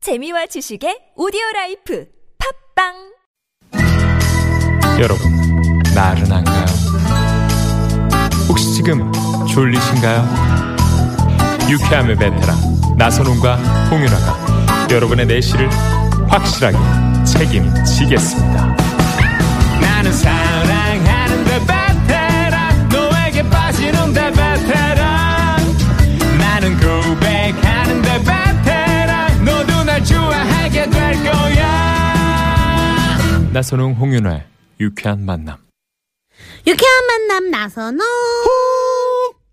재미와 지식의 오디오 라이프 팝빵 여러분, 나른한가요? 혹시 지금 졸리신가요? 유쾌함의 베테랑 나선홍과 홍윤아가 여러분의 내실을 확실하게 책임지겠습니다. 나는 사랑하는데 베테랑 너에게 빠지는데 베테랑 나는 고백하는데 베테랑 너도 날 좋아하게 될 거야. 나선홍 홍윤화의 유쾌한 만남. 유쾌한 만남 나선호.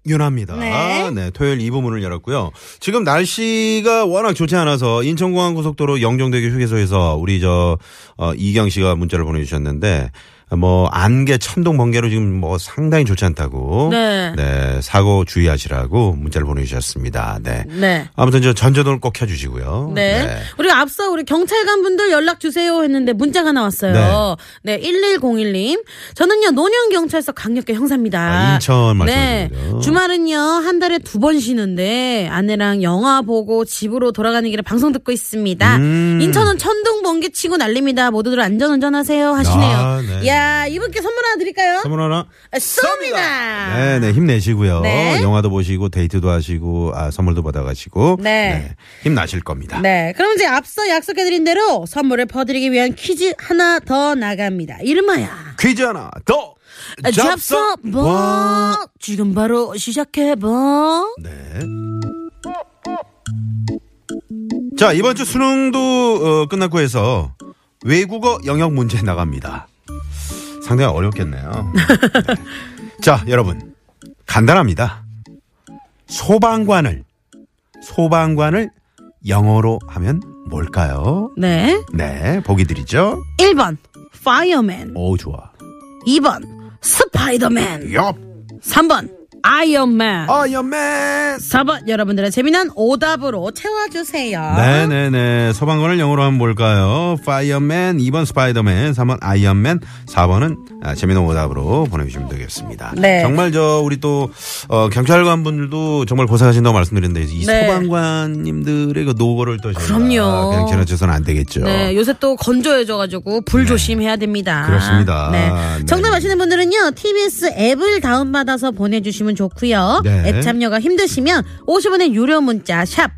윤아입니다. 네. 네. 토요일 2부 문을 열었고요. 지금 날씨가 워낙 좋지 않아서 인천공항 고속도로 영종대교 휴게소에서 우리 저 어, 이경 씨가 문자를 보내주셨는데 뭐 안개 천둥 번개로 지금 뭐 상당히 좋지 않다고 네. 네, 사고 주의하시라고 문자를 보내주셨습니다. 네. 네. 아무튼 저 전조등을 꼭 켜주시고요. 네. 우리 앞서 우리 경찰관 분들 연락 주세요 했는데 문자가 나왔어요. 네. 1101님. 저는요, 논현경찰서 강력계 형사입니다. 아, 인천 네. 말씀하시는군요. 주말은요, 한 달에 두 번 쉬는데 아내랑 영화 보고 집으로 돌아가는 길에 방송 듣고 있습니다. 음. 인천은 천둥, 번개 치고 난립니다. 모두들 안전 운전하세요. 하시네요. 아, 네. 야 이분께 선물 하나 드릴까요? 선물 하나. 아, 쏩니다. 네, 네, 힘내시고요. 아. 네. 영화도 보시고 데이트도 하시고 아, 선물도 받아가시고 네. 힘나실 겁니다. 네, 그럼 이제 앞서 약속해드린 대로 선물을 퍼드리기 위한 퀴즈 하나 더 나갑니다. 이름하야. 퀴즈 하나 더 아, 잡서 뭐 지금 바로 시작해봐. 네. 자 이번 주 수능도 어, 끝났고 해서 외국어 영역 문제 나갑니다. 상당히 어렵겠네요. 네. 자 여러분 간단합니다. 소방관을 소방관을 영어로 하면 뭘까요? 네, 네 보기 드리죠. 1번 파이어맨, 오 좋아. 2번 스파이더맨, 옆 3번 아이언맨, 아이언맨. 4번 여러분들의 재미난 오답으로 채워주세요. 네네네. 소방관을 영어로 하면 뭘까요? 파이어맨, 2번 스파이더맨, 3번 아이언맨, 4번은 아, 재미난 오답으로 보내주시면 되겠습니다. 네. 정말 저 우리 또 어, 경찰관 분들도 정말 고생하신다고 말씀드렸는데 이 네. 소방관님들의 그 노고를 또 저희가 그럼요. 그냥 지나쳐서는 안 되겠죠. 네. 네, 요새 또 건조해져가지고 불 조심해야 됩니다. 그렇습니다. 네. 네. 정답 아시는 분들은요, TBS 앱을 다운받아서 보내주시면 좋고요. 네. 앱 참여가 힘드시면 50원의 유료 문자 샵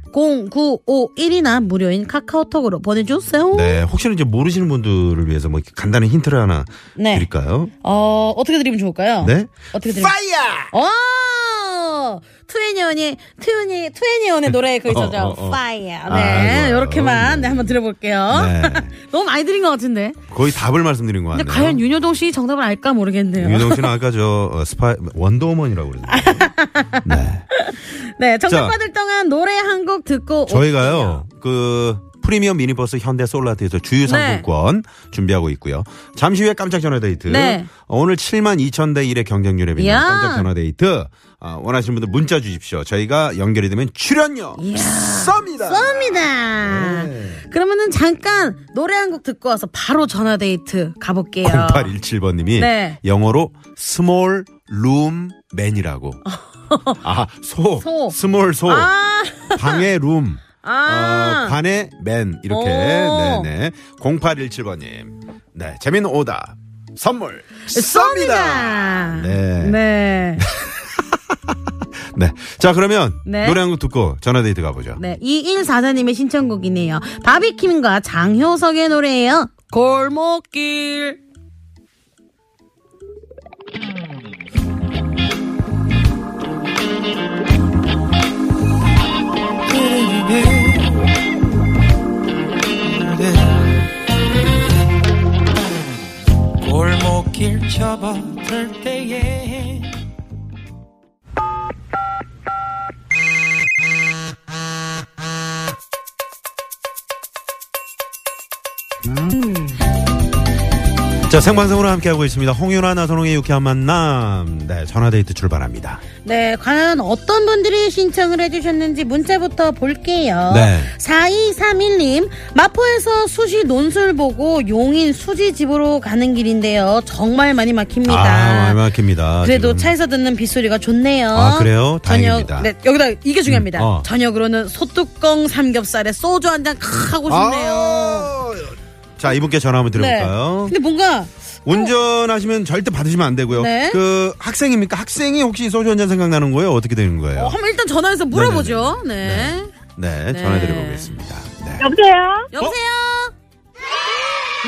0951이나 무료인 카카오톡으로 보내주세요. 네, 혹시나 이제 모르시는 분들을 위해서 뭐 이렇게 간단한 힌트를 하나 네. 드릴까요? 어, 어떻게 드리면 좋을까요? 네? 어떻게 드리면? 파이어! 어! 투애니언이, 투애니, 투애니언의 노래 그 있었죠. 어, 어, 어. 파이어. 아, 네. 좋아요. 요렇게만 네, 한번 들어볼게요. 네. 너무 많이 드린 것 같은데. 거의 답을 말씀드린 것 근데 같네요. 과연 윤여동 씨 정답을 알까 모르겠네요. 윤정 씨는 아까 저 어, 스파 원더우먼이라고 그러는데. 네. 네, 자. 정답 받을 동안 노래 한 곡 듣고 저희가요 네. 그 프리미엄 미니버스 현대 솔라트에서 주유 상품권 준비하고 있고요. 잠시 후에 깜짝 전화 데이트. 네. 어, 오늘 7만 2천 대 1의 경쟁률에 비해 야. 깜짝 전화 데이트. 아, 원하시는 분들 문자 주십시오. 저희가 연결이 되면 출연료 쏩니다. 쏩니다. 네. 그러면은 잠깐 노래 한 곡 듣고 와서 바로 전화 데이트 가볼게요. 0817번님이 네. 영어로 스몰 룸맨이라고. 아, 소. 소. 스몰 소. 아, 방의 룸. 아. 어, 관의 맨 이렇게 오. 네네 0817번님 네 재밌는 오다 선물 쏩니다. 네. 네. 네자 그러면 네. 노래 한 곡 듣고 전화데이트 가보죠 네. 2144님의 신청곡이네요. 바비킴과 장효석의 노래예요. 골목길. 골목길 접어들 때에 자, 생방송으로 함께하고 있습니다. 홍윤아 나선홍의 유쾌한 만남. 네, 전화데이트 출발합니다. 네, 과연 어떤 분들이 신청을 해주셨는지 문자부터 볼게요. 네. 4231님, 마포에서 수시 논술 보고 용인 수지 집으로 가는 길인데요. 정말 많이 막힙니다. 아, 막힙니다. 그래도 지금. 차에서 듣는 빗소리가 좋네요. 아, 그래요? 다행입니다. 저녁, 네, 여기다 이게 중요합니다. 음, 어. 저녁으로는 소뚜껑 삼겹살에 소주 한 잔 하고 싶네요. 네. 아, 자, 이분께 전화 한번 드려볼까요? 근데 뭔가 운전하시면 절대 받으시면 안 되고요. 네. 그 학생입니까? 학생이 혹시 소주 한 잔 생각나는 거예요? 어떻게 되는 거예요? 어, 한번 일단 전화해서 물어보죠. 네. 네, 네. 전화 드려보겠습니다. 네. 여보세요? 여보세요.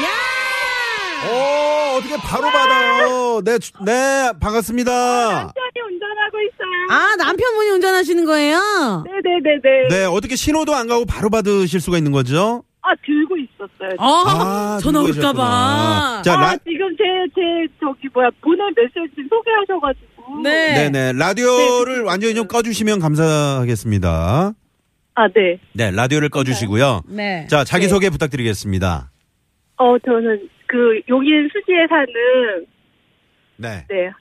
야! 오, 어떻게 바로 받아요? 네, 주- 네, 반갑습니다. 천천히 운전하고 있어요. 아 남편분이 운전하시는 거예요? 네네네네. 네, 어떻게 신호도 안 가고 바로 받으실 수가 있는 거죠? 아 들고 있었어요. 아, 전화 누구 올까봐. 계셨구나. 자, 아 라, 지금 제 제 저기 뭐야 보낸 메시지 소개하셔가지고. 네. 네네. 라디오를 완전히 좀 꺼주시면 감사하겠습니다. 아 네. 네, 라디오를 꺼주시고요. 네. 자, 자기소개 부탁드리겠습니다. 어 저는 그 용인 수지에 사는 네. 네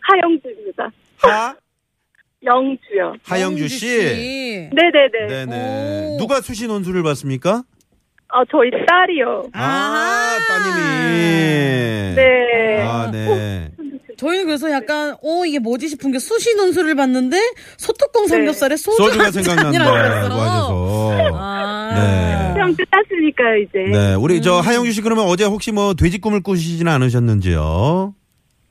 하영주입니다. 하, 영주요. 하영주 씨. 네네네. 네네. 오. 누가 수신 원수를 봤습니까? 어 저희 딸이요. 아, 따님이. 네. 아, 네. 저희는 그래서 약간 어 이게 뭐지 싶은 게 수시 논술을 봤는데 소뚜껑 삼겹살에 소주 소주가 한 잔이라고 아. 생각난다고 그랬어. 하셔서. 아. 네. 형끝났으니까 이제. 네, 우리 저 하영주 씨 그러면 어제 혹시 뭐 돼지 꿈을 꾸시지는 않으셨는지요?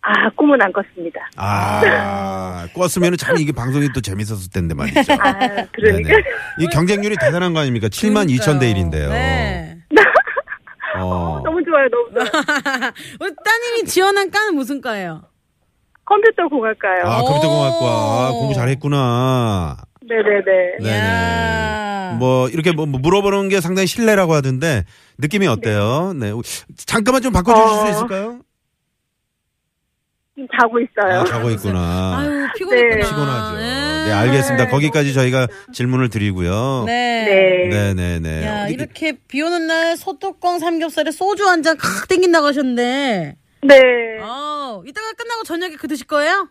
아 꿈은 안 꿨습니다. 아, 꿨으면 참 이게 방송이 또 재밌었을 텐데 말이죠. 아 그러니까. 네네. 이 경쟁률이 대단한 거 아닙니까? 7만 2천 대 1인데요. 네. 어. 너무 좋아요, 너무 좋아요. 우리 따님이 지원한 과는 무슨 과예요? 컴퓨터 공학과요. 아, 컴퓨터 공학과. 아, 공부 잘했구나. 네네네. 네네. 야. 뭐 이렇게 뭐 물어보는 게 상당히 신뢰라고 하던데 느낌이 어때요? 네. 잠깐만 좀 바꿔 주실 수 어. 있을까요? 지금 자고 있어요. 아, 자고 있구나. 아유 피곤했구나. 네. 피곤하죠. 네, 알겠습니다. 거기까지 저희가 질문을 드리고요. 네. 네, 네. 네, 네. 야 어디- 이렇게 비 오는 날 소뚜껑 삼겹살에 소주 한 잔 칵 땡긴다고 하셨는데. 네. 어 이따가 끝나고 저녁에 그 드실 거예요?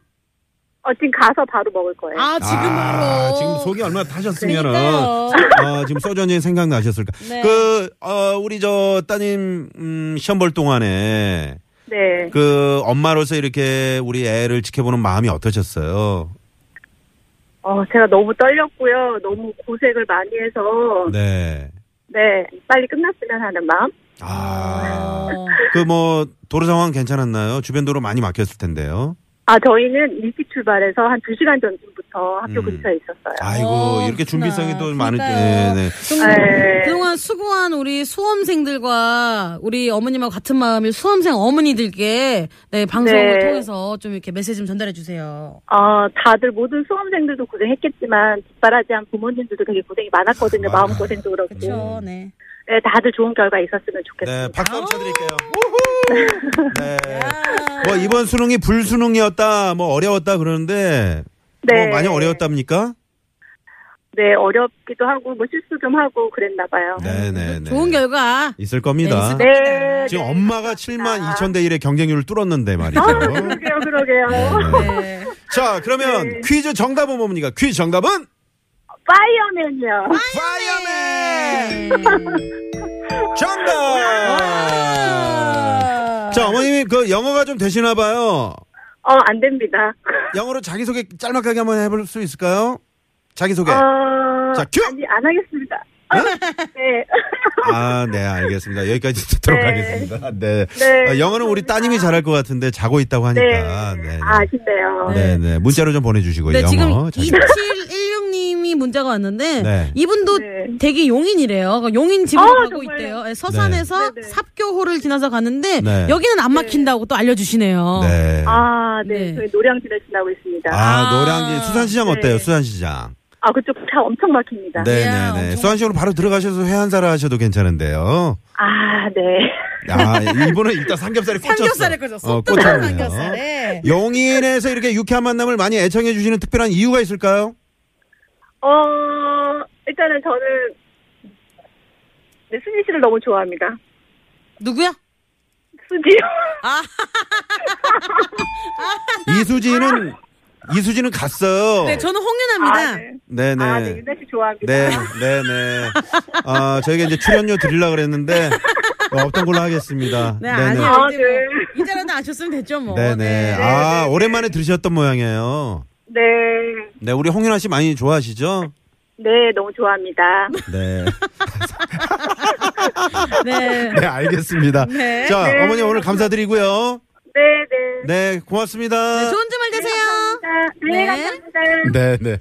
어, 지금 가서 바로 먹을 거예요. 아 지금으로. 아, 지금 속이 얼마나 타셨으면은 그러니까요. 아, 지금 소전이 생각나셨을까? 네. 그 어, 우리 저 따님 음, 시험 볼 동안에 네. 그 엄마로서 이렇게 우리 애를 지켜보는 마음이 어떠셨어요? 어, 제가 너무 떨렸고요. 너무 고생을 많이 해서. 네. 네. 빨리 끝났으면 하는 마음. 아. 어. 그 뭐 도로 상황 괜찮았나요? 주변 도로 많이 막혔을 텐데요. 아, 저희는 일찍 출발해서 한 2시간 전쯤부터 학교 음. 근처에 있었어요. 아이고 어, 이렇게 그렇구나. 준비성이 또 많을 때. 그러니까요. 네, 네. 좀 네. 그동안 수고한 우리 수험생들과 우리 어머님하고 같은 마음일 수험생 어머니들께 네, 방송을 네. 통해서 좀 이렇게 메시지 좀 전달해 주세요. 어, 다들 모든 수험생들도 고생했겠지만, 뒷바라지 한 부모님들도 되게 고생이 많았거든요. 맞아요. 마음고생도 그렇고. 그렇죠. 네. 네, 다들 좋은 결과 있었으면 좋겠어요. 그 네, 박수 한번 쳐드릴게요. 네. 뭐 이번 수능이 불수능이었다, 뭐 어려웠다 그러는데 뭐 많이 어려웠답니까? 네, 어렵기도 하고, 뭐 실수 좀 하고 그랬나 봐요. 네네네. 좋은 결과. 있을 겁니다. 어. 네. 지금 엄마가 7만 2천 대 1의 경쟁률을 뚫었는데 말이죠. 아, 그러게요, 그러게요. 네, 네. 네. 자, 그러면 네. 퀴즈 정답은 뭡니까? 퀴즈 정답은 파이어맨이요. 파이어맨! 정답! 아. 자, 어머님이 그 영어가 좀 되시나 봐요. 어, 안 됩니다. 영어로 자기소개 짤막하게 한번 해볼 수 있을까요? 자기소개. 어, 자, 큐! 아니, 안 하겠습니다. 네. 아, 네, 알겠습니다. 여기까지 듣도록 네. 하겠습니다. 네. 네, 아, 영어는 우리 따님이 잘할 것 같은데 자고 있다고 하니까. 네. 네. 아, 아쉽네요. 네, 네. 문자로 좀 보내주시고요. 네, 지금 영어. 자기- 2716님이 문자가 왔는데 네. 이분도 네. 되게 용인이래요. 그러니까 용인 집으로 아, 가고 정말요? 있대요. 네, 서산에서 네, 네. 삽교호를 지나서 갔는데 네. 여기는 안 막힌다고 또 알려주시네요. 네. 아, 아, 네. 네. 저희 노량진을 지나고 있습니다. 아, 아. 노량진. 수산시장 어때요? 네. 수산시장. 그쪽 차 엄청 막힙니다. 네, 네, 이야, 네. 엄청- 수산시장으로 바로 들어가셔서 회한사를 하셔도 괜찮은데요. 아, 네. 아, 일본은 일단 삼겹살에 꽂혔어. 삼겹살에 꽂혔어. 어, 또 다른 꽂혔네요. 삼겹살에. 용인에서 이렇게 유쾌한 만남을 많이 애청해 주시는 특별한 이유가 있을까요? 어, 일단은 저는 네, 수지 씨를 너무 좋아합니다. 누구야? 수지요. 이수지는 이수지는 갔어요. 네, 저는 홍윤아입니다. 아, 네. 네네. 아, 네, 윤아 씨 좋아합니다. 네, 네, 네. 아, 저희가 이제 출연료 드리려고 그랬는데, 어, 없던 걸로 하겠습니다. 네, 아니요. 아, 이제 뭐 네. 이제라도 아셨으면 됐죠, 뭐. 네네. 아, 오랜만에 들으셨던 모양이에요. 네. 네, 우리 홍윤아 씨 많이 좋아하시죠? 네, 너무 좋아합니다. 네. 네. 네, 알겠습니다. 네. 자, 어머니 오늘 감사드리고요. 네, 네. 네, 고맙습니다. 좋은 주말 되세요. 아, 네, 네. 감사합니다. 네, 네.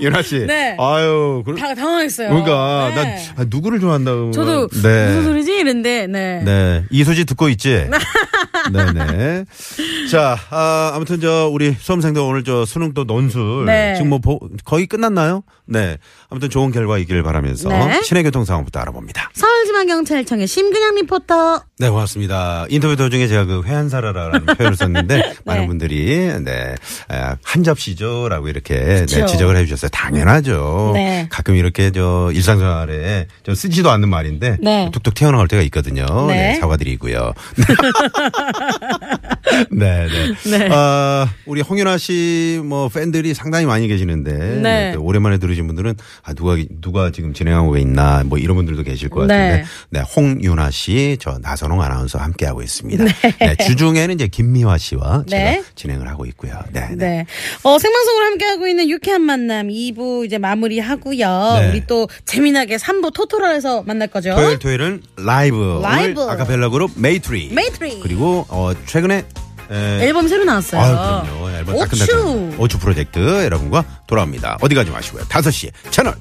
윤아 씨. 네. 아유, 그, 다 당황했어요. 그러니까 네. 난 아, 누구를 좋아한다고. 저도 무슨 소리지 이랬는데 네. 네. 이 소식 듣고 있지? 네네. 자, 아, 아무튼 저, 우리 수험생들 오늘 저 수능 또 논술. 네. 지금 뭐 보- 거의 끝났나요? 네. 아무튼 좋은 결과 있기를 바라면서. 네. 신의 교통 상황부터 알아봅니다. 서울지방경찰청의 심근양 리포터. 네, 고맙습니다. 인터뷰 도중에 제가 그 회한사라라는 표현을 썼는데 네. 많은 분들이 네, 아, 한 접시죠라고 이렇게 네, 그쵸. 지적을 해주셨어요. 당연하죠. 네. 가끔 이렇게 저 일상생활에 좀 쓰지도 않는 말인데 네. 툭툭 튀어나올 때가 있거든요. 네. 네, 사과드리고요. 네, 네. 네. 아, 우리 홍윤아 씨 뭐 팬들이 상당히 많이 계시는데 네, 또 오랜만에 들으신 분들은 아, 누가 누가 지금 진행하고 있나 뭐 이런 분들도 계실 것 같은데 네. 네, 홍윤아 씨, 저 나선홍 아나운서 함께하고 있습니다. 네. 주중에는 이제 김미화 씨와 네. 제가 진행을 하고 있고요. 네, 네. 네. 어, 생방송으로 함께하고 있는 유쾌한 만남 2부 이제 마무리하고요. 네. 우리 또 재미나게 3부 토토라에서 만날 거죠. 토요일 토요일은 라이브. 라이브. 오늘 아카펠라 그룹 메이트리. 네. 메이트리. 그리고 어, 최근에 에, 앨범 새로 나왔어요. 아, 그럼요. 앨범 오추. 따끈따끈. 오추 프로젝트 여러분과 돌아옵니다. 어디 가지 마시고요. 5시 에 채널